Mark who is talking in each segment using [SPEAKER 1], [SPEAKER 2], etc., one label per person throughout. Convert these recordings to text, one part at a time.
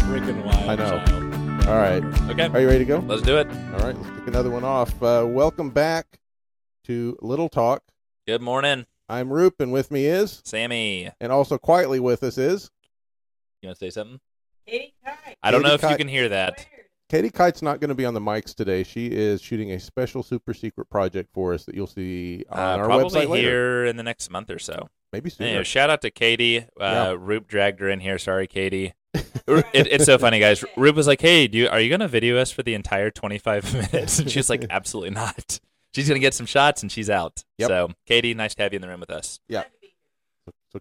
[SPEAKER 1] I know.
[SPEAKER 2] Child.
[SPEAKER 1] All right.
[SPEAKER 2] Okay,
[SPEAKER 1] Are you ready to go?
[SPEAKER 2] let's do it.
[SPEAKER 1] All right. Let's pick another one off. Uh, welcome back to Little Talk.
[SPEAKER 2] Good morning,
[SPEAKER 1] I'm Roop, and with me is,
[SPEAKER 2] Sammy. You
[SPEAKER 1] and also quietly with us is,
[SPEAKER 2] want to say something?
[SPEAKER 3] Katie Kite.
[SPEAKER 2] I don't
[SPEAKER 1] Katie
[SPEAKER 2] know if you
[SPEAKER 1] Kite.
[SPEAKER 2] can hear that.
[SPEAKER 1] Katie Kite's not going to be on the mics today. She is shooting a special super secret project for us that you'll see on
[SPEAKER 2] Uh,
[SPEAKER 1] our
[SPEAKER 2] probably
[SPEAKER 1] website later.
[SPEAKER 2] here in the next month or so.
[SPEAKER 1] Maybe soon.
[SPEAKER 2] Anyway, shout out to Katie. Uh,
[SPEAKER 1] Yeah.
[SPEAKER 2] Roop dragged her in here. Sorry, Katie. Ru- it, it's so funny, guys. Roop was like, "Hey, do you, are you going to video us for the entire 25 minutes?" And she's like, "Absolutely not." She's going to get some shots, and she's out.
[SPEAKER 1] Yep.
[SPEAKER 2] So, Katie, nice to have you in the room with us.
[SPEAKER 1] So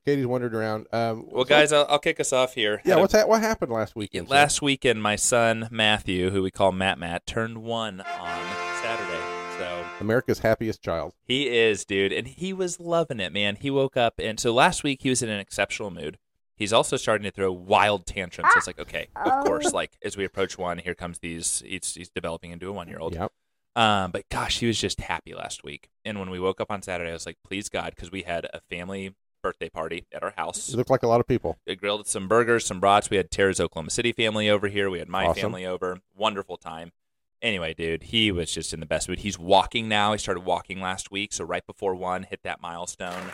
[SPEAKER 1] Katie's wandered around. Um,
[SPEAKER 2] Well,
[SPEAKER 1] so-
[SPEAKER 2] guys, I'll, I'll kick us off here.
[SPEAKER 1] Yeah.
[SPEAKER 2] Had a-
[SPEAKER 1] What's that? What happened last weekend? sir?
[SPEAKER 2] Last weekend, my son Matthew, who we call Matt Matt, turned one on Saturday. So
[SPEAKER 1] America's happiest child.
[SPEAKER 2] He is, dude, and he was loving it, man. He woke up, and so last week he was in an exceptional mood. He's also starting to throw wild tantrums. So it's like, okay, of course. Like as we approach one, here comes these. He's, he's developing into a one-year-old.
[SPEAKER 1] Yep.
[SPEAKER 2] Um, but gosh, he was just happy last week. And when we woke up on Saturday, I was like, please God, because we had a family birthday party at our house.
[SPEAKER 1] She looked like a lot of people.
[SPEAKER 2] I grilled some burgers, some brats. We had Tara's Oklahoma City family over here. We had my
[SPEAKER 1] Awesome.
[SPEAKER 2] family over. Wonderful time. Anyway, dude, he was just in the best mood. He's walking now. He started walking last week, so right before one, hit that milestone.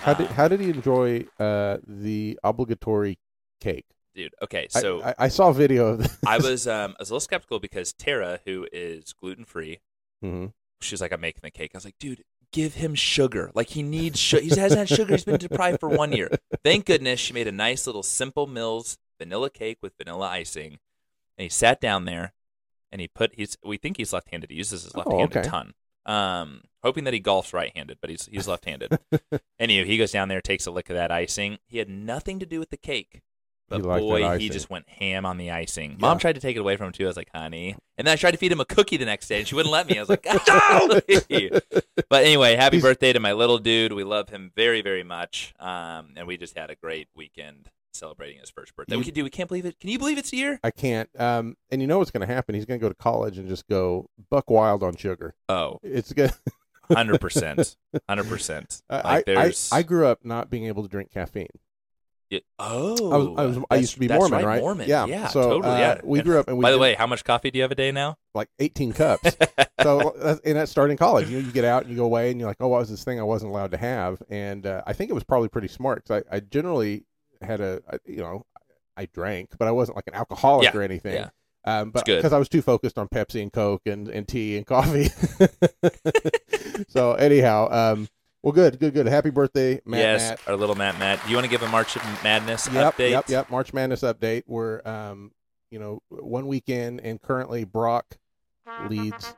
[SPEAKER 1] How did,
[SPEAKER 2] Um,
[SPEAKER 1] how did he enjoy uh, the obligatory cake?
[SPEAKER 2] Dude, okay,
[SPEAKER 1] I-
[SPEAKER 2] so
[SPEAKER 1] I, I, saw a video of this.
[SPEAKER 2] I, was um, I was a little skeptical because Tara, who is gluten free,
[SPEAKER 1] Mhm.
[SPEAKER 2] she's like, "I'm making the cake." I was like, "Dude, give him sugar. Like he needs sugar. He hasn't had sugar. He's been deprived for one year." Thank goodness she made a nice little simple Mills vanilla cake with vanilla icing, and he sat down there, and he put he's we think he's left-handed. He uses his
[SPEAKER 1] Oh,
[SPEAKER 2] left-handed
[SPEAKER 1] okay.
[SPEAKER 2] ton. Um, hoping that he golfs right-handed, but he's he's left-handed. Anywho, he goes down there, takes a lick of that icing. He had nothing to do with the cake. But
[SPEAKER 1] He liked that
[SPEAKER 2] boy, he
[SPEAKER 1] icing.
[SPEAKER 2] just went ham on the icing.
[SPEAKER 1] Yeah.
[SPEAKER 2] Mom tried to take it away from him too. I was like, "Honey," and then I tried to feed him a cookie the next day, and she wouldn't let me. I was like, "No!" but anyway, happy
[SPEAKER 1] He's-
[SPEAKER 2] birthday to my little dude. We love him very, very much. Um, and we just had a great weekend celebrating his first birthday.
[SPEAKER 1] You-
[SPEAKER 2] we can do. We can't believe it. Can you believe it's a year?
[SPEAKER 1] I can't. Um, and you know what's going to happen? He's going to go to college and just go buck wild on sugar.
[SPEAKER 2] Oh,
[SPEAKER 1] It's good.
[SPEAKER 2] 100 percent, hundred percent.
[SPEAKER 1] I,
[SPEAKER 2] Like
[SPEAKER 1] I,
[SPEAKER 2] there's.
[SPEAKER 1] I grew up not being able to drink caffeine.
[SPEAKER 2] Yeah. oh,
[SPEAKER 1] I, was, I, was, I
[SPEAKER 2] that's-
[SPEAKER 1] used to be
[SPEAKER 2] that's
[SPEAKER 1] Mormon,
[SPEAKER 2] right?
[SPEAKER 1] right?
[SPEAKER 2] Mormon.
[SPEAKER 1] Yeah. So
[SPEAKER 2] totally.
[SPEAKER 1] uh,
[SPEAKER 2] yeah.
[SPEAKER 1] we
[SPEAKER 2] And
[SPEAKER 1] grew up and we
[SPEAKER 2] By the
[SPEAKER 1] did
[SPEAKER 2] way, how much coffee do you have a day now?
[SPEAKER 1] like 18 cups. so that's- and that's starting college. You know, you get out and you go away, and you're like, "Oh, what was this thing I wasn't allowed to have?" And uh, I think it was probably pretty smart because I, I generally had a, I- you know, I drank, but I wasn't like an alcoholic
[SPEAKER 2] Yeah,
[SPEAKER 1] or anything.
[SPEAKER 2] yeah.
[SPEAKER 1] Um, but
[SPEAKER 2] It's good.
[SPEAKER 1] because I was too focused on Pepsi and Coke and, and tea and coffee. so anyhow, um, well, good, good, good. Happy birthday, Matt.
[SPEAKER 2] yes,
[SPEAKER 1] Matt.
[SPEAKER 2] our little Matt. Matt, do you want to give a March Madness
[SPEAKER 1] Yep,
[SPEAKER 2] update?
[SPEAKER 1] yep, yep. March Madness update. We're, um, you know, one weekend and currently Brock leads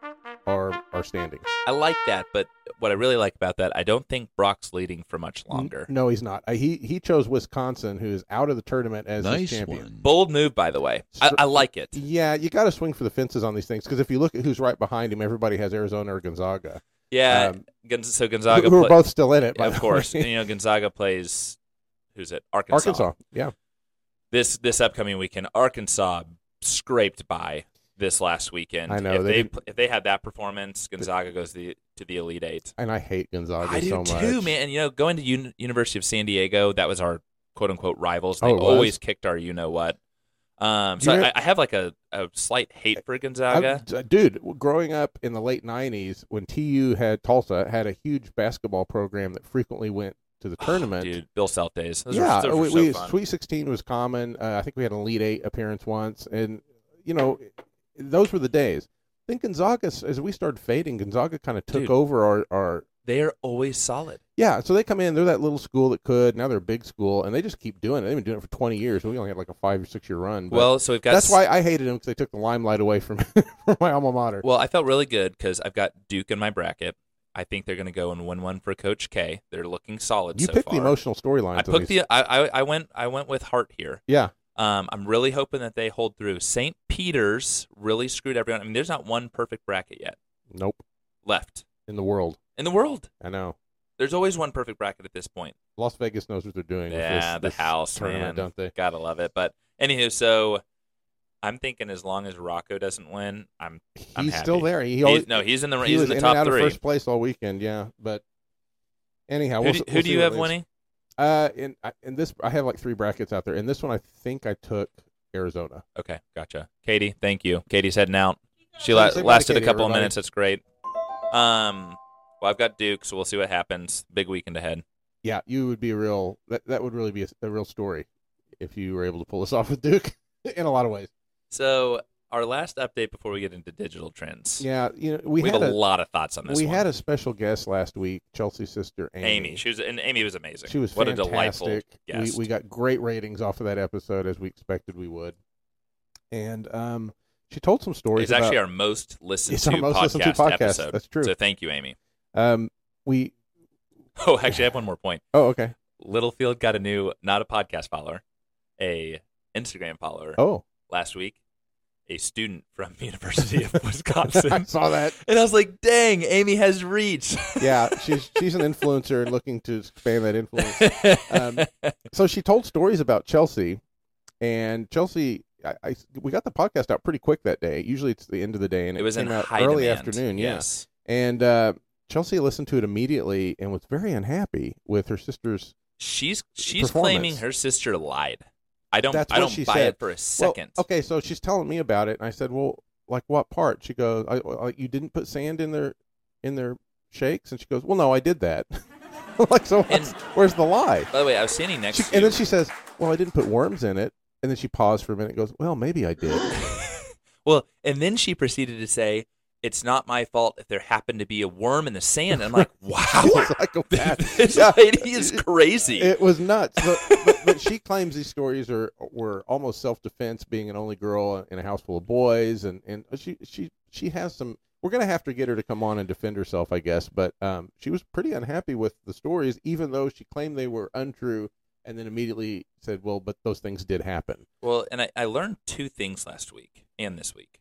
[SPEAKER 1] our our standings.
[SPEAKER 2] I like that, but what I really like about that, I don't think Brock's leading for much
[SPEAKER 1] N-
[SPEAKER 2] longer.
[SPEAKER 1] No, he's not. Uh, he he chose Wisconsin, who is out of the tournament as his
[SPEAKER 4] nice
[SPEAKER 1] champion.
[SPEAKER 4] one.
[SPEAKER 2] Bold move, by the way. I,
[SPEAKER 1] Str-
[SPEAKER 2] I like it.
[SPEAKER 1] Yeah, you got to swing for the fences on these things because if you look at who's right behind him, everybody has Arizona or Gonzaga,
[SPEAKER 2] Yeah.
[SPEAKER 1] um,
[SPEAKER 2] Gon- so
[SPEAKER 1] who,
[SPEAKER 2] Gonzaga,
[SPEAKER 1] who are
[SPEAKER 2] pla-
[SPEAKER 1] both still in it. by
[SPEAKER 2] of
[SPEAKER 1] the
[SPEAKER 2] course.
[SPEAKER 1] way.
[SPEAKER 2] you know, Gonzaga plays. Who's it? Arkansas.
[SPEAKER 1] Arkansas. Yeah,
[SPEAKER 2] This this upcoming weekend, Arkansas scraped by this last weekend.
[SPEAKER 1] I know,
[SPEAKER 2] If they
[SPEAKER 1] they-
[SPEAKER 2] pl- if they had that performance, Gonzaga goes the to the Elite Eight.
[SPEAKER 1] and I hate Gonzaga
[SPEAKER 2] I do
[SPEAKER 1] Oh, so much.
[SPEAKER 2] too, man. And, you know, going to Un- University of San Diego, that was our quote unquote rivals. They
[SPEAKER 1] Oh, it was?
[SPEAKER 2] always kicked our you know what. Um,
[SPEAKER 1] Do
[SPEAKER 2] so
[SPEAKER 1] you
[SPEAKER 2] I, I have like a, a slight hate for
[SPEAKER 1] I-
[SPEAKER 2] Gonzaga.
[SPEAKER 1] d- dude, w- growing up in the late '90s, when TU had Tulsa had a huge basketball program that frequently went to the tournament.
[SPEAKER 2] Oh, Dude, Bill Self days. Those
[SPEAKER 1] yeah, uh,
[SPEAKER 2] were, those
[SPEAKER 1] we,
[SPEAKER 2] were so
[SPEAKER 1] we-
[SPEAKER 2] fun.
[SPEAKER 1] Sweet 16 was common. Uh, I think we had an Elite Eight appearance once, and you know, those were the days. Then Gonzaga, s- as we started fading, Gonzaga kind of took
[SPEAKER 2] Dude.
[SPEAKER 1] over our, our
[SPEAKER 2] They are always solid.
[SPEAKER 1] yeah. So they come in, they're that little school that could. Now they're a big school, and they just keep doing it. They've been doing it for 20 years. and We only had like a five or six year run. but
[SPEAKER 2] Well, so we've got
[SPEAKER 1] that's
[SPEAKER 2] s-
[SPEAKER 1] why I hated them because they took the limelight away from, from my alma mater.
[SPEAKER 2] Well, I felt really good because I've got Duke in my bracket. I think they're going to go and win one for Coach K. They're looking solid
[SPEAKER 1] you
[SPEAKER 2] so
[SPEAKER 1] picked
[SPEAKER 2] far.
[SPEAKER 1] the emotional storyline.
[SPEAKER 2] I picked the. I, I I went. I went with heart here.
[SPEAKER 1] yeah.
[SPEAKER 2] Um, I'm really hoping that they hold through. St. Peter's really screwed everyone. I mean, there's not one perfect bracket yet
[SPEAKER 1] Nope.
[SPEAKER 2] left
[SPEAKER 1] In the world,
[SPEAKER 2] in the world.
[SPEAKER 1] I know.
[SPEAKER 2] There's always one perfect bracket at this point.
[SPEAKER 1] Las Vegas knows what they're doing. with
[SPEAKER 2] Yeah,
[SPEAKER 1] this-
[SPEAKER 2] the
[SPEAKER 1] this
[SPEAKER 2] house, man.
[SPEAKER 1] tournament, don't they?
[SPEAKER 2] Gotta love it. But anywho, so I'm thinking as long as Rocco doesn't win, I'm.
[SPEAKER 1] He's
[SPEAKER 2] I'm happy.
[SPEAKER 1] still there. He
[SPEAKER 2] He's,
[SPEAKER 1] always,
[SPEAKER 2] no, he's in the.
[SPEAKER 1] he
[SPEAKER 2] he's in
[SPEAKER 1] was
[SPEAKER 2] the
[SPEAKER 1] and
[SPEAKER 2] top
[SPEAKER 1] out
[SPEAKER 2] three.
[SPEAKER 1] of first place all weekend. Yeah, but anyhow,
[SPEAKER 2] who
[SPEAKER 1] we'll,
[SPEAKER 2] do,
[SPEAKER 1] s-
[SPEAKER 2] who
[SPEAKER 1] we'll
[SPEAKER 2] do
[SPEAKER 1] see
[SPEAKER 2] you
[SPEAKER 1] what
[SPEAKER 2] have
[SPEAKER 1] it is.
[SPEAKER 2] winning?
[SPEAKER 1] Uh, in I- in this, I have like three brackets out there. In this one, I think I took Arizona.
[SPEAKER 2] Okay, gotcha. Katie, thank you. Katie's heading out. She
[SPEAKER 1] Hey,
[SPEAKER 2] la-
[SPEAKER 1] say bye to
[SPEAKER 2] lasted a
[SPEAKER 1] Katie,
[SPEAKER 2] couple of
[SPEAKER 1] everybody.
[SPEAKER 2] minutes. That's great. Um, well, I've got Duke, so we'll see what happens. Big weekend ahead.
[SPEAKER 1] Yeah, you would be a real that that would really be a, a real story if you were able to pull this off with Duke in a lot of ways.
[SPEAKER 2] So our last update before we get into digital trends.
[SPEAKER 1] Yeah, you know we,
[SPEAKER 2] we,
[SPEAKER 1] had
[SPEAKER 2] have a,
[SPEAKER 1] a,
[SPEAKER 2] lot of thoughts on this.
[SPEAKER 1] we
[SPEAKER 2] one.
[SPEAKER 1] had a special guest last week, Chelsea's sister
[SPEAKER 2] Amy. She was and Amy was amazing.
[SPEAKER 1] She was
[SPEAKER 2] what
[SPEAKER 1] fantastic.
[SPEAKER 2] a delightful guest.
[SPEAKER 1] We, we got great ratings off of that episode as we expected we would. And um, she told some stories.
[SPEAKER 2] it's actually
[SPEAKER 1] about-
[SPEAKER 2] our most listened,
[SPEAKER 1] It's
[SPEAKER 2] to,
[SPEAKER 1] our most
[SPEAKER 2] podcast
[SPEAKER 1] listened to podcast.
[SPEAKER 2] episode.
[SPEAKER 1] That's true.
[SPEAKER 2] So thank you, Amy.
[SPEAKER 1] um, we
[SPEAKER 2] Oh, actually, I have one more point.
[SPEAKER 1] oh okay
[SPEAKER 2] Littlefield got a new, not a podcast follower, a Instagram follower
[SPEAKER 1] oh
[SPEAKER 2] last week. A student from the University of
[SPEAKER 1] I
[SPEAKER 2] Wisconsin.
[SPEAKER 1] saw that.
[SPEAKER 2] And I was like, dang, Amy has reach.
[SPEAKER 1] Yeah, she's she's an influencer and looking to expand that influence. Um, so she told stories about Chelsea, and Chelsea. I, I we got the podcast out pretty quick that day. Usually it's the end of the day, and it,
[SPEAKER 2] it was in
[SPEAKER 1] came out
[SPEAKER 2] high
[SPEAKER 1] early
[SPEAKER 2] demand.
[SPEAKER 1] afternoon. Yeah.
[SPEAKER 2] Yes.
[SPEAKER 1] and uh, Chelsea listened to it immediately and was very unhappy with her sister's.
[SPEAKER 2] She's she's
[SPEAKER 1] Performance.
[SPEAKER 2] claiming her sister lied. I don't
[SPEAKER 1] That's
[SPEAKER 2] I
[SPEAKER 1] what
[SPEAKER 2] don't
[SPEAKER 1] she
[SPEAKER 2] buy
[SPEAKER 1] said.
[SPEAKER 2] it for a
[SPEAKER 1] Well,
[SPEAKER 2] second.
[SPEAKER 1] okay, so she's telling me about it, and I said, "Well, like what part?" She goes, I, I, "You didn't put sand in their in their shakes," and she goes, "Well, no, I did that." like, so
[SPEAKER 2] And-
[SPEAKER 1] what's- where's the lie?
[SPEAKER 2] By the way, I was standing next
[SPEAKER 1] She,
[SPEAKER 2] to you.
[SPEAKER 1] and then she says, "Well, I didn't put worms in it." And then she paused for a minute and goes, "Well, maybe I did."
[SPEAKER 2] well, and then she proceeded to say, It's not my fault if there happened to be a worm in the sand. And I'm like, Wow.
[SPEAKER 1] It's like a
[SPEAKER 2] this
[SPEAKER 1] Yeah.
[SPEAKER 2] lady is crazy.
[SPEAKER 1] It was nuts. But, but, but she claims these stories are were almost self defense, being an only girl in a house full of boys, and and she she she has some. We're gonna have to get her to come on and defend herself, I guess. But um, she was pretty unhappy with the stories, even though she claimed they were untrue, and then immediately said, "Well, but those things did happen."
[SPEAKER 2] Well, and I, I learned two things last week and this week.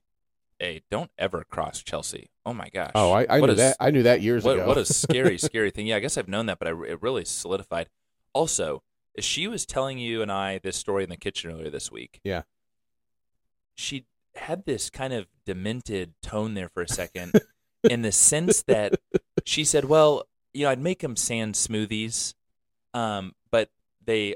[SPEAKER 2] A, don't ever cross Chelsea. Oh my gosh.
[SPEAKER 1] Oh, I, I
[SPEAKER 2] What
[SPEAKER 1] knew
[SPEAKER 2] a
[SPEAKER 1] that. I knew that years
[SPEAKER 2] what,
[SPEAKER 1] ago.
[SPEAKER 2] what a scary, scary thing. Yeah, I guess I've known that, but I, it really solidified. Also, she was telling you and I this story in the kitchen earlier this week.
[SPEAKER 1] Yeah.
[SPEAKER 2] She had this kind of demented tone there for a second in the sense that she said, well, you know, I'd make them sand smoothies, um, but they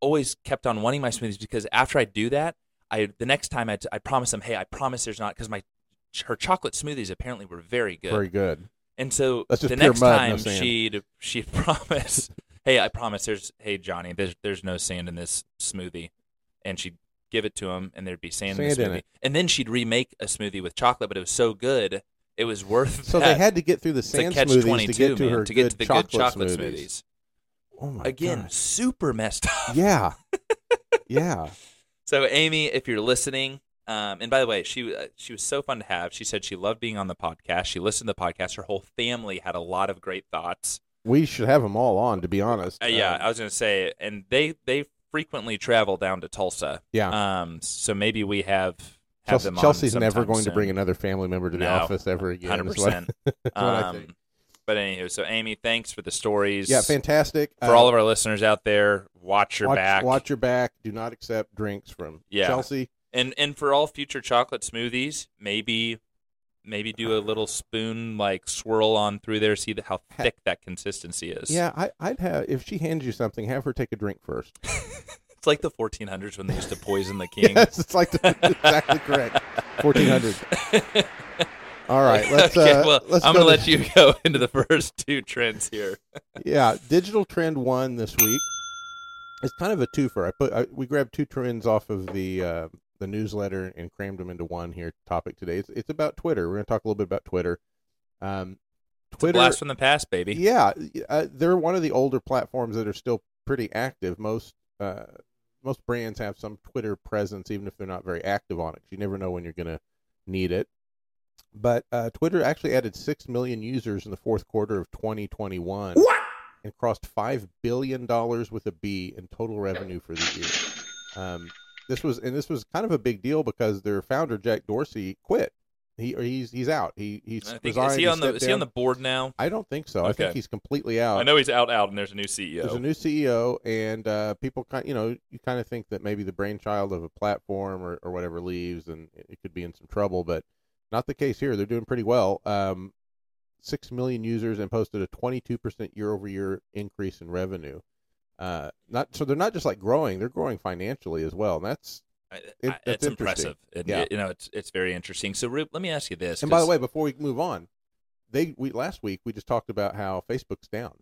[SPEAKER 2] always kept on wanting my smoothies because after I do that, I the next time I, I promise them, hey, I promise there's not because my her chocolate smoothies apparently were very good.
[SPEAKER 1] Very good.
[SPEAKER 2] And so
[SPEAKER 1] That's just
[SPEAKER 2] the
[SPEAKER 1] pure
[SPEAKER 2] next
[SPEAKER 1] mud, no
[SPEAKER 2] time
[SPEAKER 1] sand.
[SPEAKER 2] she'd she promised, "Hey, I promise. There's hey Johnny, there's there's no sand in this smoothie," and she'd give it to him, and there'd be sand, in
[SPEAKER 1] Sand
[SPEAKER 2] the
[SPEAKER 1] in
[SPEAKER 2] smoothie.
[SPEAKER 1] it.
[SPEAKER 2] And then she'd remake a smoothie with chocolate, but it was so good, it was worth.
[SPEAKER 1] So
[SPEAKER 2] that.
[SPEAKER 1] they had to get through the
[SPEAKER 2] It's a
[SPEAKER 1] sand
[SPEAKER 2] catch
[SPEAKER 1] smoothies to
[SPEAKER 2] 22,
[SPEAKER 1] get to
[SPEAKER 2] man,
[SPEAKER 1] her
[SPEAKER 2] to get
[SPEAKER 1] good
[SPEAKER 2] to the
[SPEAKER 1] chocolate
[SPEAKER 2] good chocolate smoothies.
[SPEAKER 1] smoothies. Oh my
[SPEAKER 2] Again,
[SPEAKER 1] gosh.
[SPEAKER 2] super messed up.
[SPEAKER 1] Yeah. yeah.
[SPEAKER 2] So Amy, if you're listening, um, and by the way, she uh, she was so fun to have. She said she loved being on the podcast. She listened to the podcast. Her whole family had a lot of great thoughts.
[SPEAKER 1] We should have them all on, to be honest.
[SPEAKER 2] Uh, yeah,
[SPEAKER 1] Um,
[SPEAKER 2] I was gonna say, and they they frequently travel down to Tulsa.
[SPEAKER 1] yeah.
[SPEAKER 2] Um, so maybe we have have
[SPEAKER 1] Chelsea,
[SPEAKER 2] them. on
[SPEAKER 1] Chelsea's never
[SPEAKER 2] sometime
[SPEAKER 1] going
[SPEAKER 2] soon.
[SPEAKER 1] to bring another family member to the
[SPEAKER 2] No,
[SPEAKER 1] office ever again.
[SPEAKER 2] Hundred
[SPEAKER 1] is what-
[SPEAKER 2] percent.
[SPEAKER 1] what I think.
[SPEAKER 2] Um, but anywho, so Amy, thanks for the stories.
[SPEAKER 1] Yeah, fantastic. Uh,
[SPEAKER 2] for all of our listeners out there. Watch your
[SPEAKER 1] watch,
[SPEAKER 2] back.
[SPEAKER 1] Watch your back. Do not accept drinks from
[SPEAKER 2] Yeah.
[SPEAKER 1] Chelsea.
[SPEAKER 2] and and for all future chocolate smoothies, maybe maybe do a little spoon like swirl on through there, see the, how
[SPEAKER 1] Ha-
[SPEAKER 2] thick that consistency is.
[SPEAKER 1] Yeah, I, I'd have if she hands you something, have her take a drink first.
[SPEAKER 2] it's like the 1400s when they used to poison the king.
[SPEAKER 1] yes, it's like the, exactly correct. Fourteen hundred. All right, let's.
[SPEAKER 2] okay,
[SPEAKER 1] uh,
[SPEAKER 2] well,
[SPEAKER 1] let's
[SPEAKER 2] I'm
[SPEAKER 1] go
[SPEAKER 2] gonna
[SPEAKER 1] to-
[SPEAKER 2] let you go into the first two trends here.
[SPEAKER 1] yeah, digital trend one this week. It's kind of a twofer. I put I, we grabbed two trends off of the uh, the newsletter and crammed them into one here topic today. It's, it's about Twitter. We're going to talk a little bit about Twitter. Um,
[SPEAKER 2] It's a
[SPEAKER 1] Twitter,
[SPEAKER 2] blast from the past, baby.
[SPEAKER 1] yeah, uh, they're one of the older platforms that are still pretty active. Most uh, most brands have some Twitter presence, even if they're not very active on it. 'cause you never know when you're going to need it. But uh, Twitter actually added six million users in the fourth quarter of 2021 and crossed five billion dollars with a B in total revenue for the year. Um, this was and this was kind of a big deal because their founder Jack Dorsey quit. He or he's he's out. He he's
[SPEAKER 2] I think,
[SPEAKER 1] resigned.
[SPEAKER 2] is he on the
[SPEAKER 1] stepped
[SPEAKER 2] is he on
[SPEAKER 1] down.
[SPEAKER 2] the board now?
[SPEAKER 1] I don't think so. I think
[SPEAKER 2] Okay.
[SPEAKER 1] he's completely out.
[SPEAKER 2] I know he's out out, and there's a new E CEO.
[SPEAKER 1] There's a new CEO, and uh, people kind, you know, you kind of think that maybe the brainchild of a platform or, or whatever leaves, and it it could be in some trouble, but not the case here. They're doing pretty well. Um, Six million users and posted a 22% year-over-year increase in revenue. Uh, not so they're not just like growing; they're growing financially as well. And that's
[SPEAKER 2] I-
[SPEAKER 1] It-
[SPEAKER 2] I-
[SPEAKER 1] that's
[SPEAKER 2] it's impressive. It-
[SPEAKER 1] Yeah.
[SPEAKER 2] you know, it's it's very interesting. So, Rube, let me ask you this.
[SPEAKER 1] And by the
[SPEAKER 2] 'cause-
[SPEAKER 1] way, before we move on, they we last week we just talked about how Facebook's down.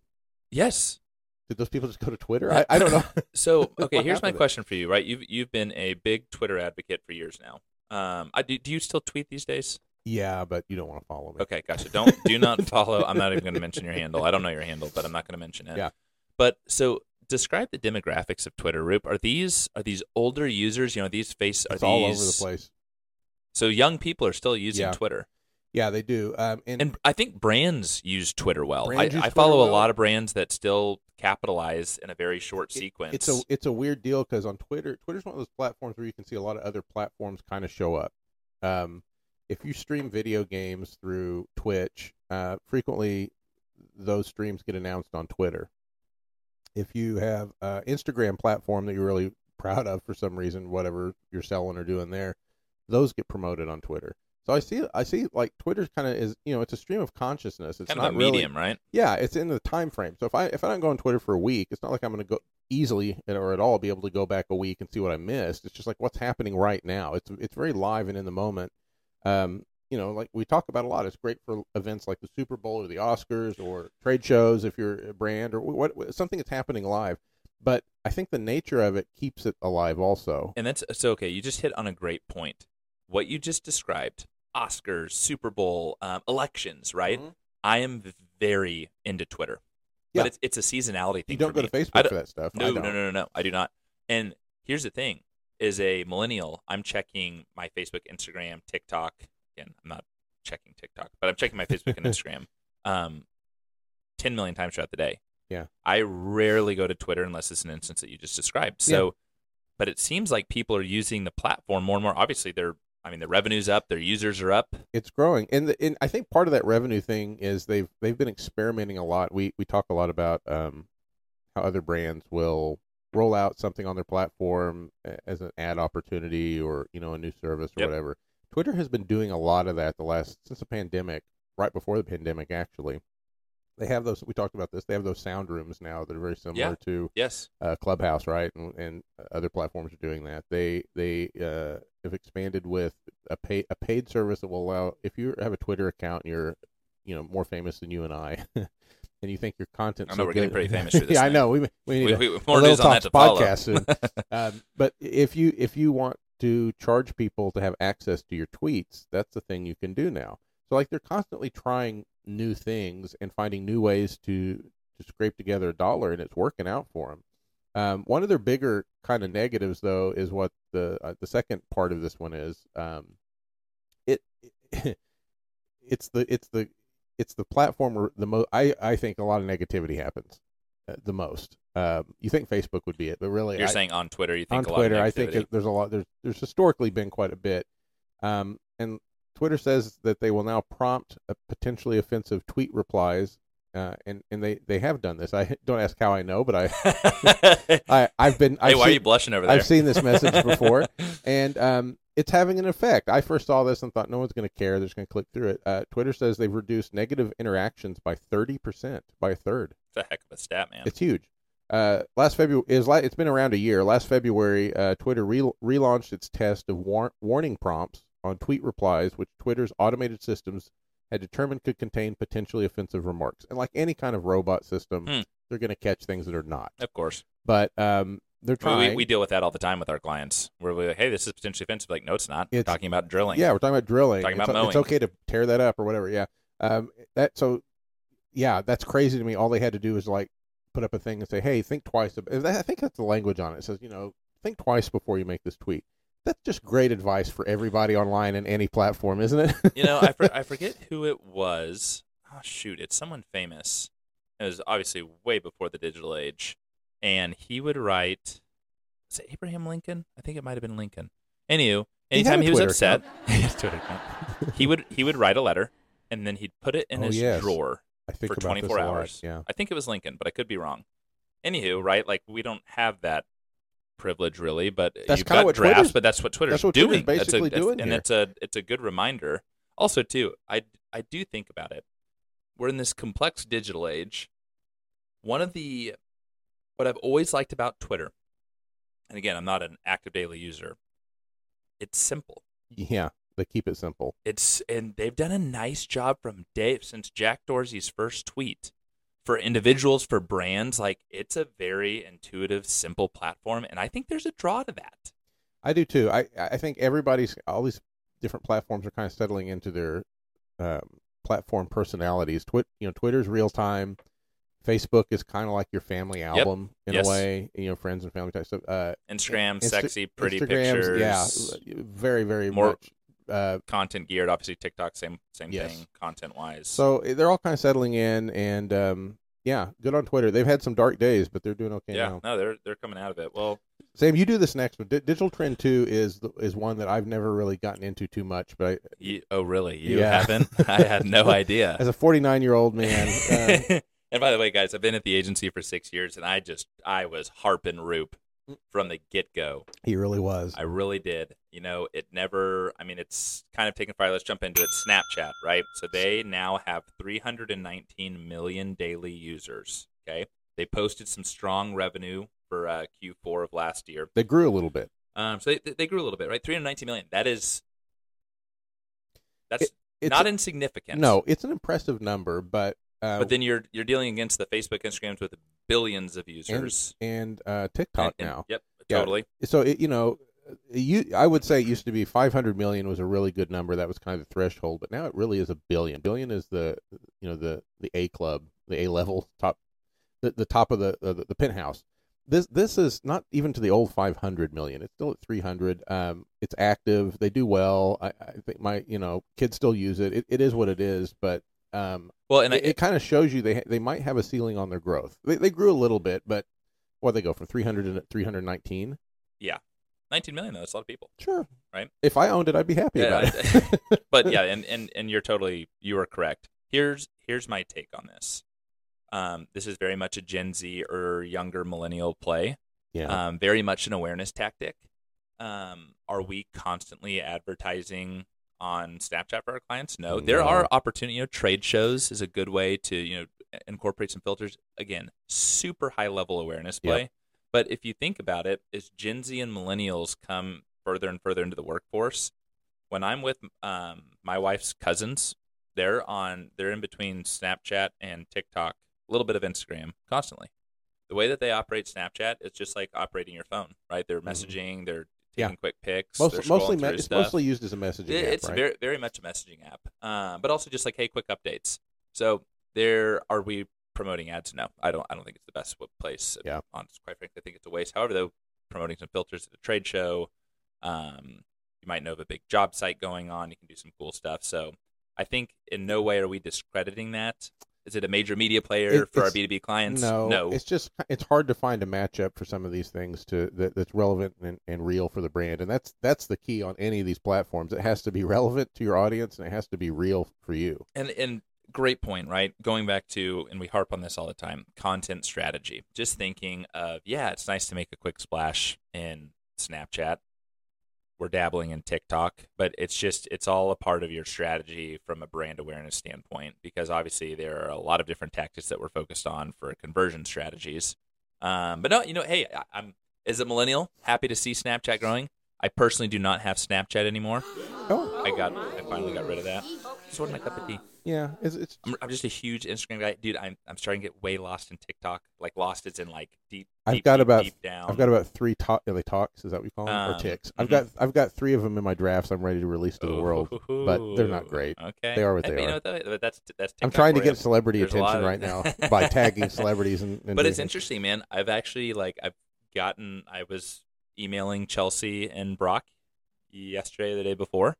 [SPEAKER 2] yes.
[SPEAKER 1] Did those people just go to Twitter? I, I don't know.
[SPEAKER 2] So,
[SPEAKER 1] What
[SPEAKER 2] okay, here's my
[SPEAKER 1] happened?
[SPEAKER 2] question for you. Right, you've you've been a big Twitter advocate for years now. Um, I do. Do you still tweet these days?
[SPEAKER 1] yeah, but you don't want to follow me.
[SPEAKER 2] Okay, gotcha. Don't do not follow. I'm not even going to mention your handle. I don't know your handle, but I'm not going to mention it.
[SPEAKER 1] Yeah.
[SPEAKER 2] But so describe the demographics of Twitter, Roop. Are these are these older users? You know, these face are these
[SPEAKER 1] It's all over the place.
[SPEAKER 2] So young people are still using
[SPEAKER 1] Yeah.
[SPEAKER 2] Twitter,
[SPEAKER 1] Yeah, they do. Um, and,
[SPEAKER 2] and I think brands use Twitter well. I,
[SPEAKER 1] Brands use
[SPEAKER 2] I follow
[SPEAKER 1] Twitter
[SPEAKER 2] a
[SPEAKER 1] well.
[SPEAKER 2] lot of brands that still capitalize in a very short
[SPEAKER 1] It-
[SPEAKER 2] sequence.
[SPEAKER 1] it's a it's a weird deal because on Twitter, Twitter's one of those platforms where you can see a lot of other platforms kind of show up. Um, if you stream video games through Twitch, uh, frequently those streams get announced on Twitter. If you have an Instagram platform that you're really proud of for some reason, whatever you're selling or doing there, those get promoted on Twitter. So I see, I see, like Twitter's kind of is, you know, it's a stream of consciousness. It's
[SPEAKER 2] kind
[SPEAKER 1] not
[SPEAKER 2] of a
[SPEAKER 1] really,
[SPEAKER 2] medium, right?
[SPEAKER 1] yeah, it's in the time frame. So if I if I don't go on Twitter for a week, it's not like I'm going to go easily or at all be able to go back a week and see what I missed. It's just like what's happening right now. It's it's very live and in the moment. Um, you know, like we talk about a lot. It's great for events like the Super Bowl or the Oscars or trade shows if you're a brand or what, what something that's happening live. But I think the nature of it keeps it alive also.
[SPEAKER 2] And that's so okay. You just hit on a great point. What you just described Oscars, Super Bowl, um, elections, right?
[SPEAKER 1] Mhm.
[SPEAKER 2] I am very into Twitter.
[SPEAKER 1] Yeah.
[SPEAKER 2] But it's, it's a seasonality thing.
[SPEAKER 1] You don't
[SPEAKER 2] for
[SPEAKER 1] go
[SPEAKER 2] me.
[SPEAKER 1] to Facebook
[SPEAKER 2] I
[SPEAKER 1] for
[SPEAKER 2] don't-
[SPEAKER 1] that stuff. I
[SPEAKER 2] No, no, no,
[SPEAKER 1] don't.
[SPEAKER 2] no, no. I do not. And here's the thing as a millennial, I'm checking my Facebook, Instagram, TikTok. Again, I'm not checking TikTok, but I'm checking my Facebook and Instagram um, 10 million times throughout the day.
[SPEAKER 1] Yeah.
[SPEAKER 2] I rarely go to Twitter unless it's an instance that you just described. So, but it seems like people are using the platform more and more. Obviously, they're, I mean, their revenue's up, their users are up.
[SPEAKER 1] it's growing and, the, and i think part of that revenue thing is they've they've been experimenting a lot we we talk a lot about um how other brands will roll out something on their platform a- as an ad opportunity or you know a new service or
[SPEAKER 2] Yep.
[SPEAKER 1] whatever twitter has been doing a lot of that the last since the pandemic right before the pandemic actually they have those we talked about this they have those sound rooms now that are very similar
[SPEAKER 2] Yeah.
[SPEAKER 1] to
[SPEAKER 2] Yes.
[SPEAKER 1] uh, Clubhouse, right, and, and other platforms are doing that. They they uh, have expanded with a pay a paid service that will allow if you have a Twitter account and you're you know more famous than you and I, and you think your content.
[SPEAKER 2] I know
[SPEAKER 1] so
[SPEAKER 2] we're getting
[SPEAKER 1] good-
[SPEAKER 2] pretty famous through this
[SPEAKER 1] yeah, I
[SPEAKER 2] thing.
[SPEAKER 1] know. We we need
[SPEAKER 2] We,
[SPEAKER 1] a,
[SPEAKER 2] we, more
[SPEAKER 1] a
[SPEAKER 2] news
[SPEAKER 1] little
[SPEAKER 2] on that
[SPEAKER 1] talks
[SPEAKER 2] to follow.
[SPEAKER 1] podcast soon. um, but if you if you want to charge people to have access to your tweets, that's the thing you can do now. So like they're constantly trying new things and finding new ways to to scrape together a dollar, and it's working out for them. Um, one of their bigger kind of negatives, though, is what the uh, the second part of this one is. Um, it it's the it's the it's the platform where the most I I think a lot of negativity happens uh, the most. Um, you think Facebook would be it, but really,
[SPEAKER 2] You're
[SPEAKER 1] I,
[SPEAKER 2] saying on Twitter, you
[SPEAKER 1] on
[SPEAKER 2] think a lot
[SPEAKER 1] Twitter,
[SPEAKER 2] of
[SPEAKER 1] I think
[SPEAKER 2] negativity.
[SPEAKER 1] it, there's a lot. There's there's historically been quite a bit, um, and Twitter says that they will now prompt a potentially offensive tweet replies, uh, and and they they have done this. I don't ask how I know, but I I I've been
[SPEAKER 2] hey,
[SPEAKER 1] I've
[SPEAKER 2] why are
[SPEAKER 1] seen-
[SPEAKER 2] you blushing over there?
[SPEAKER 1] I've seen this message before, and um, it's having an effect. I first saw this and thought no one's going to care. They're just going to click through it. Uh, Twitter says they've reduced negative interactions by thirty percent, by a third.
[SPEAKER 2] It's a heck of a stat, man.
[SPEAKER 1] It's huge. Uh, last February is like it's been around a year. Last February, uh, Twitter re- relaunched its test of war- warning prompts on tweet replies, which Twitter's automated systems had determined could contain potentially offensive remarks. And like any kind of robot system,
[SPEAKER 2] Hmm.
[SPEAKER 1] they're going to catch things that are not.
[SPEAKER 2] of course.
[SPEAKER 1] But um, they're
[SPEAKER 2] I mean,
[SPEAKER 1] trying.
[SPEAKER 2] we, we deal with that all the time with our clients. Where we're like, hey, this is potentially offensive. Like, no, it's not. We're
[SPEAKER 1] It's-
[SPEAKER 2] talking about drilling.
[SPEAKER 1] Yeah, we're talking about drilling.
[SPEAKER 2] Talking
[SPEAKER 1] it's,
[SPEAKER 2] about
[SPEAKER 1] it's
[SPEAKER 2] mowing.
[SPEAKER 1] okay to tear that up or whatever. Yeah. Um, that so, yeah, that's crazy to me. All they had to do is like put up a thing and say, "Hey, think twice." ab- and that- I think that's the language on it. It says, you know, think twice before you make this tweet. That's just great advice for everybody online and any platform, isn't it?
[SPEAKER 2] you know, I, for, I forget who it was. Oh, shoot. It's someone famous. It was obviously way before the digital age. And he would write, was it Abraham Lincoln? I think it might have been Lincoln. Anywho,
[SPEAKER 1] He had
[SPEAKER 2] anytime
[SPEAKER 1] a
[SPEAKER 2] he, was
[SPEAKER 1] Twitter
[SPEAKER 2] upset, His Twitter account. he would he would write a letter and then he'd put it in
[SPEAKER 1] Oh,
[SPEAKER 2] his
[SPEAKER 1] yes.
[SPEAKER 2] drawer
[SPEAKER 1] I think
[SPEAKER 2] for
[SPEAKER 1] about this
[SPEAKER 2] 24
[SPEAKER 1] a lot.
[SPEAKER 2] hours.
[SPEAKER 1] Yeah.
[SPEAKER 2] I think it was Lincoln, but I could be wrong. Anywho, right? Like we don't have that privilege really, but
[SPEAKER 1] That's
[SPEAKER 2] you've
[SPEAKER 1] kinda
[SPEAKER 2] got
[SPEAKER 1] what
[SPEAKER 2] drafts,
[SPEAKER 1] Twitter's-
[SPEAKER 2] but that's what Twitter's
[SPEAKER 1] that's what Twitter's
[SPEAKER 2] doing. That's a-
[SPEAKER 1] basically
[SPEAKER 2] that's-
[SPEAKER 1] doing
[SPEAKER 2] and
[SPEAKER 1] here.
[SPEAKER 2] it's a it's a good reminder. Also, too, I I do think about it. We're in this complex digital age. One of the what I've always liked about Twitter, and again, I'm not an active daily user, it's simple.
[SPEAKER 1] Yeah, they keep it simple.
[SPEAKER 2] It's and they've done a nice job from day since Jack Dorsey's first tweet for individuals for brands. Like it's a very intuitive, simple platform, and I think there's a draw to that.
[SPEAKER 1] I do too. I I think everybody's all these different platforms are kind of settling into their um, platform personalities. Twi- you know, Twitter's real time. Facebook is kind of like your family album in
[SPEAKER 2] Yes.
[SPEAKER 1] a way. You know, friends and family type stuff. Uh,
[SPEAKER 2] Instagram,
[SPEAKER 1] Insta-
[SPEAKER 2] sexy, pretty
[SPEAKER 1] Instagram's,
[SPEAKER 2] pictures,
[SPEAKER 1] yeah, very very
[SPEAKER 2] More-
[SPEAKER 1] much. Uh,
[SPEAKER 2] content geared. Obviously, TikTok, same same
[SPEAKER 1] Yes.
[SPEAKER 2] thing, content wise.
[SPEAKER 1] so eh, they're all kind of settling in, and um, yeah, good on Twitter. They've had some dark days, but they're doing okay
[SPEAKER 2] yeah,
[SPEAKER 1] now.
[SPEAKER 2] no, they're they're coming out of it. Well,
[SPEAKER 1] Sam, you do this next one. Di- Digital Trend Two is the, is one that I've never really gotten into too much, but I,
[SPEAKER 2] you, oh really? You
[SPEAKER 1] Uh, Yeah.
[SPEAKER 2] haven't? I had no idea.
[SPEAKER 1] as a 49 year old man, uh,
[SPEAKER 2] and by the way, guys, I've been at the agency for six years, and I just I was harping Roop from the get go.
[SPEAKER 1] he really was.
[SPEAKER 2] I really did. You know, it never. I mean, it's kind of taken fire. Let's jump into it. Snapchat, right? So they now have 319 million daily users. Okay, they posted some strong revenue for uh, Q4 of last year.
[SPEAKER 1] They grew a little bit.
[SPEAKER 2] Um, so they, they grew a little bit, right? 319 million. That is. That's
[SPEAKER 1] It's
[SPEAKER 2] not insignificant.
[SPEAKER 1] no, it's an impressive number, but uh,
[SPEAKER 2] but then you're you're dealing against the Facebook, Instagrams with billions of users.
[SPEAKER 1] and uh, TikTok
[SPEAKER 2] And- and-
[SPEAKER 1] now.
[SPEAKER 2] Yep,
[SPEAKER 1] Yeah.
[SPEAKER 2] totally.
[SPEAKER 1] So it, you know, you I would say it used to be 500 million was a really good number. That was kind of the threshold, but now it really is a billion. Billion is the you know the the A club, the A level top, the, the top of the, the the penthouse. This this is not even to the old 500 million. It's still at 300. Um, it's active. They do well. I, I think my you know kids still use it. It, it is what it is, but um,
[SPEAKER 2] Well, and
[SPEAKER 1] it,
[SPEAKER 2] I,
[SPEAKER 1] it kind of shows you they ha- they might have a ceiling on their growth. They, they grew a little bit, but well, they go from 300 to 319.
[SPEAKER 2] 19 million though, that's a lot of people.
[SPEAKER 1] Sure,
[SPEAKER 2] Right?
[SPEAKER 1] If I owned it, I'd be happy
[SPEAKER 2] Yeah,
[SPEAKER 1] about
[SPEAKER 2] I-
[SPEAKER 1] it.
[SPEAKER 2] But yeah, and, and and you're totally you are correct. Here's here's my take on this. Um, this is very much a Gen Z or younger millennial play.
[SPEAKER 1] yeah,
[SPEAKER 2] um, very much an awareness tactic. Um, are we constantly advertising on Snapchat for our clients? No. There
[SPEAKER 1] No.
[SPEAKER 2] are opportunity. You know, trade shows is a good way to you know incorporate some filters. Again, super high level awareness
[SPEAKER 1] Yep.
[SPEAKER 2] play. But if you think about it, as Gen Z and millennials come further and further into the workforce, when I'm with um, my wife's cousins, they're on they're in between Snapchat and TikTok, a little bit of Instagram constantly. The way that they operate Snapchat is just like operating your phone, right? They're
[SPEAKER 1] Mhm.
[SPEAKER 2] messaging, they're
[SPEAKER 1] Yeah.
[SPEAKER 2] taking quick pics, they're
[SPEAKER 1] Most,
[SPEAKER 2] scrolling
[SPEAKER 1] mostly
[SPEAKER 2] through
[SPEAKER 1] me- it's
[SPEAKER 2] stuff.
[SPEAKER 1] mostly used as a messaging.
[SPEAKER 2] It-
[SPEAKER 1] app,
[SPEAKER 2] it's
[SPEAKER 1] right?
[SPEAKER 2] very very much a messaging app, uh, but also just like hey, quick updates. So there are we promoting ads? No, I don't. I don't think it's the best w- place.
[SPEAKER 1] Yeah.
[SPEAKER 2] On quite frankly, I think it's a waste. However, though, promoting some filters at a trade show, um, you might know of a big job site going on. You can do some cool stuff. So I think in no way are we discrediting that. Is it a major media player
[SPEAKER 1] It-
[SPEAKER 2] for our
[SPEAKER 1] it's-
[SPEAKER 2] B two B clients?
[SPEAKER 1] no, it's just it's hard to find a matchup for some of these things to that, that's relevant and, and real for the brand, and that's that's the key on any of these platforms. It has to be relevant to your audience, and it has to be real for you.
[SPEAKER 2] And and great point, right? Going back to and we harp on this all the time, content strategy. Just thinking of, yeah, it's nice to make a quick splash in Snapchat. We're dabbling in TikTok, but it's just it's all a part of your strategy from a brand awareness standpoint because obviously there are a lot of different tactics that we're focused on for conversion strategies. Um, but no, you know, hey, I, I'm as a millennial happy to see Snapchat growing. I personally do not have Snapchat anymore.
[SPEAKER 1] Oh,
[SPEAKER 2] I got I finally got rid of that. Just ordered my cup of tea.
[SPEAKER 1] yeah, it's, it's
[SPEAKER 2] I'm, I'm just a huge Instagram guy, dude. I'm I'm starting to get way lost in TikTok. Like lost is in like deep.
[SPEAKER 1] I've
[SPEAKER 2] deep,
[SPEAKER 1] got
[SPEAKER 2] deep,
[SPEAKER 1] about-
[SPEAKER 2] deep down.
[SPEAKER 1] I've got about three talk. Are they talks? Is that what you call them? or
[SPEAKER 2] Um,
[SPEAKER 1] ticks? I've
[SPEAKER 2] mhm.
[SPEAKER 1] got I've got three of them in my drafts. I'm ready to release to the world. but they're not great.
[SPEAKER 2] Okay,
[SPEAKER 1] They are what
[SPEAKER 2] Hey,
[SPEAKER 1] they
[SPEAKER 2] but you
[SPEAKER 1] are.
[SPEAKER 2] know what, though? But that's that's.
[SPEAKER 1] I'm
[SPEAKER 2] TikTok
[SPEAKER 1] trying to
[SPEAKER 2] for you.
[SPEAKER 1] get celebrity
[SPEAKER 2] There's a lot
[SPEAKER 1] attention
[SPEAKER 2] of-
[SPEAKER 1] right now by tagging celebrities and. and
[SPEAKER 2] But
[SPEAKER 1] doing
[SPEAKER 2] it's
[SPEAKER 1] things.
[SPEAKER 2] interesting, man. I've actually like I've gotten. I was emailing Chelsea and Brock yesterday, the day before.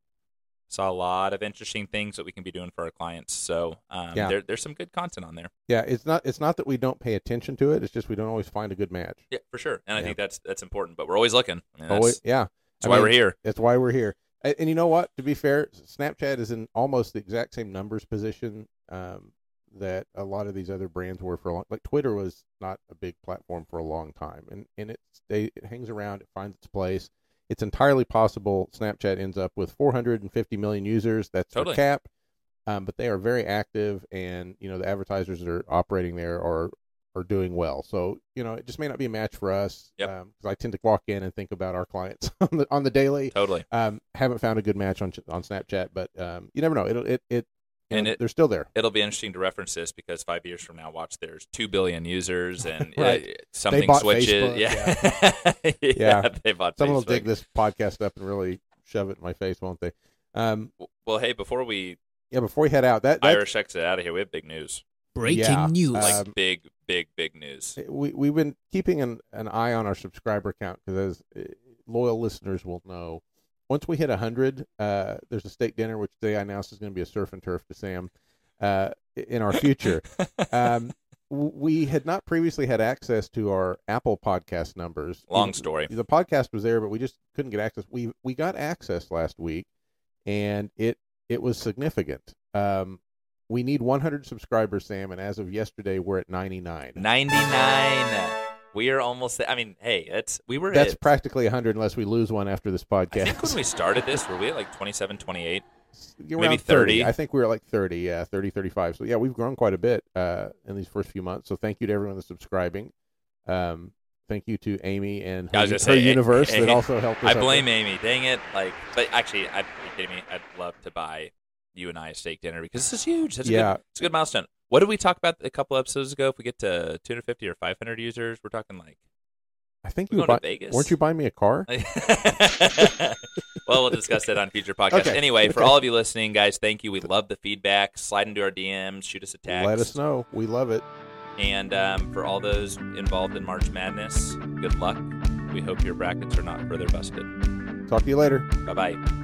[SPEAKER 2] Saw a lot of interesting things that we can be doing for our clients. So um,
[SPEAKER 1] Yeah.
[SPEAKER 2] there, there's some good content on there.
[SPEAKER 1] Yeah, it's not it's not that we don't pay attention to it. It's just we don't always find a good match.
[SPEAKER 2] Yeah, for sure. And I
[SPEAKER 1] Yeah.
[SPEAKER 2] think that's that's important. But we're always looking. I mean, that's,
[SPEAKER 1] Always, yeah,
[SPEAKER 2] that's
[SPEAKER 1] I
[SPEAKER 2] why
[SPEAKER 1] mean,
[SPEAKER 2] we're here.
[SPEAKER 1] That's why we're here. A- And you know what? To be fair, Snapchat is in almost the exact same numbers position um, that a lot of these other brands were for a long. Like Twitter was not a big platform for a long time, and and it stay, it hangs around. It finds its place. It's entirely possible Snapchat ends up with 450 million users. That's
[SPEAKER 2] Totally.
[SPEAKER 1] their cap. Um, but they are very active, and you know the advertisers that are operating there are are doing well. So you know, it just may not be a match for us
[SPEAKER 2] Yep.
[SPEAKER 1] because I tend to walk in and think about our clients on the on the daily.
[SPEAKER 2] Totally.
[SPEAKER 1] Um, haven't found a good match on on Snapchat, but um, you never know. It'll it it. you
[SPEAKER 2] And
[SPEAKER 1] know,
[SPEAKER 2] it-
[SPEAKER 1] they're still there.
[SPEAKER 2] It'll be interesting to reference this because five years from now, watch there's two billion users and
[SPEAKER 1] Right.
[SPEAKER 2] uh, something
[SPEAKER 1] bought
[SPEAKER 2] switches.
[SPEAKER 1] Facebook,
[SPEAKER 2] yeah. yeah,
[SPEAKER 1] Yeah.
[SPEAKER 2] they bought.
[SPEAKER 1] Someone will
[SPEAKER 2] Facebook.
[SPEAKER 1] dig this podcast up and really shove it in my face, won't they? Um,
[SPEAKER 2] Well, hey, before we
[SPEAKER 1] yeah. Before we head out, that that's,
[SPEAKER 2] Irish exit out of here, we have big news.
[SPEAKER 3] Breaking
[SPEAKER 1] Yeah,
[SPEAKER 3] news.
[SPEAKER 1] uh,
[SPEAKER 2] Like
[SPEAKER 1] Um,
[SPEAKER 2] big, big, big news.
[SPEAKER 1] we we've been keeping an, an eye on our subscriber count because as uh, loyal listeners will know, once we hit hundred, uh, there's a steak dinner which they announced is going to be a surf and turf to Sam, uh, in our future. um, w- we had not previously had access to our Apple podcast numbers.
[SPEAKER 2] Long
[SPEAKER 1] Even-
[SPEAKER 2] story.
[SPEAKER 1] The podcast was there, but we just couldn't get access. We we got access last week, and it it was significant. Um, we need 100 subscribers, Sam, and as of yesterday, we're at 99.
[SPEAKER 2] 99. We are almost there. I mean, hey, that's we were
[SPEAKER 1] That's
[SPEAKER 2] at,
[SPEAKER 1] practically 100 unless we lose one after this
[SPEAKER 2] I think when
[SPEAKER 1] podcast.
[SPEAKER 2] we started this, were we at like 27, 28?
[SPEAKER 1] You're
[SPEAKER 2] maybe
[SPEAKER 1] around
[SPEAKER 2] 30.
[SPEAKER 1] I think we were like 30, yeah, 30, 35. So, yeah, we've grown quite a bit uh, in these first few months. So, thank you to everyone that's subscribing. Um, thank you to Amy and her,
[SPEAKER 2] I was gonna
[SPEAKER 1] her
[SPEAKER 2] say, A-
[SPEAKER 1] universe
[SPEAKER 2] A-
[SPEAKER 1] that also helped us.
[SPEAKER 2] I
[SPEAKER 1] out
[SPEAKER 2] blame Amy. Dang it. Like, but actually, I, are you kidding me? I'd love to buy you and I a steak dinner because this is huge. That's a
[SPEAKER 1] Yeah.
[SPEAKER 2] good, it's a good milestone. What did we talk about a couple episodes ago? If we get to 250 or 500 users, we're talking like,
[SPEAKER 1] I think
[SPEAKER 2] we're
[SPEAKER 1] you
[SPEAKER 2] going to
[SPEAKER 1] buy,
[SPEAKER 2] Vegas.
[SPEAKER 1] weren't you buying me a car?
[SPEAKER 2] well, we'll discuss that on future podcasts.
[SPEAKER 1] Okay.
[SPEAKER 2] Anyway, for
[SPEAKER 1] Okay.
[SPEAKER 2] all of you listening, guys, thank you. We love the feedback. Slide into our DMs, shoot us a text.
[SPEAKER 1] Let us know. We love it.
[SPEAKER 2] And um, for all those involved in March Madness, good luck. We hope your brackets are not further busted.
[SPEAKER 1] Talk to you later.
[SPEAKER 2] Bye bye.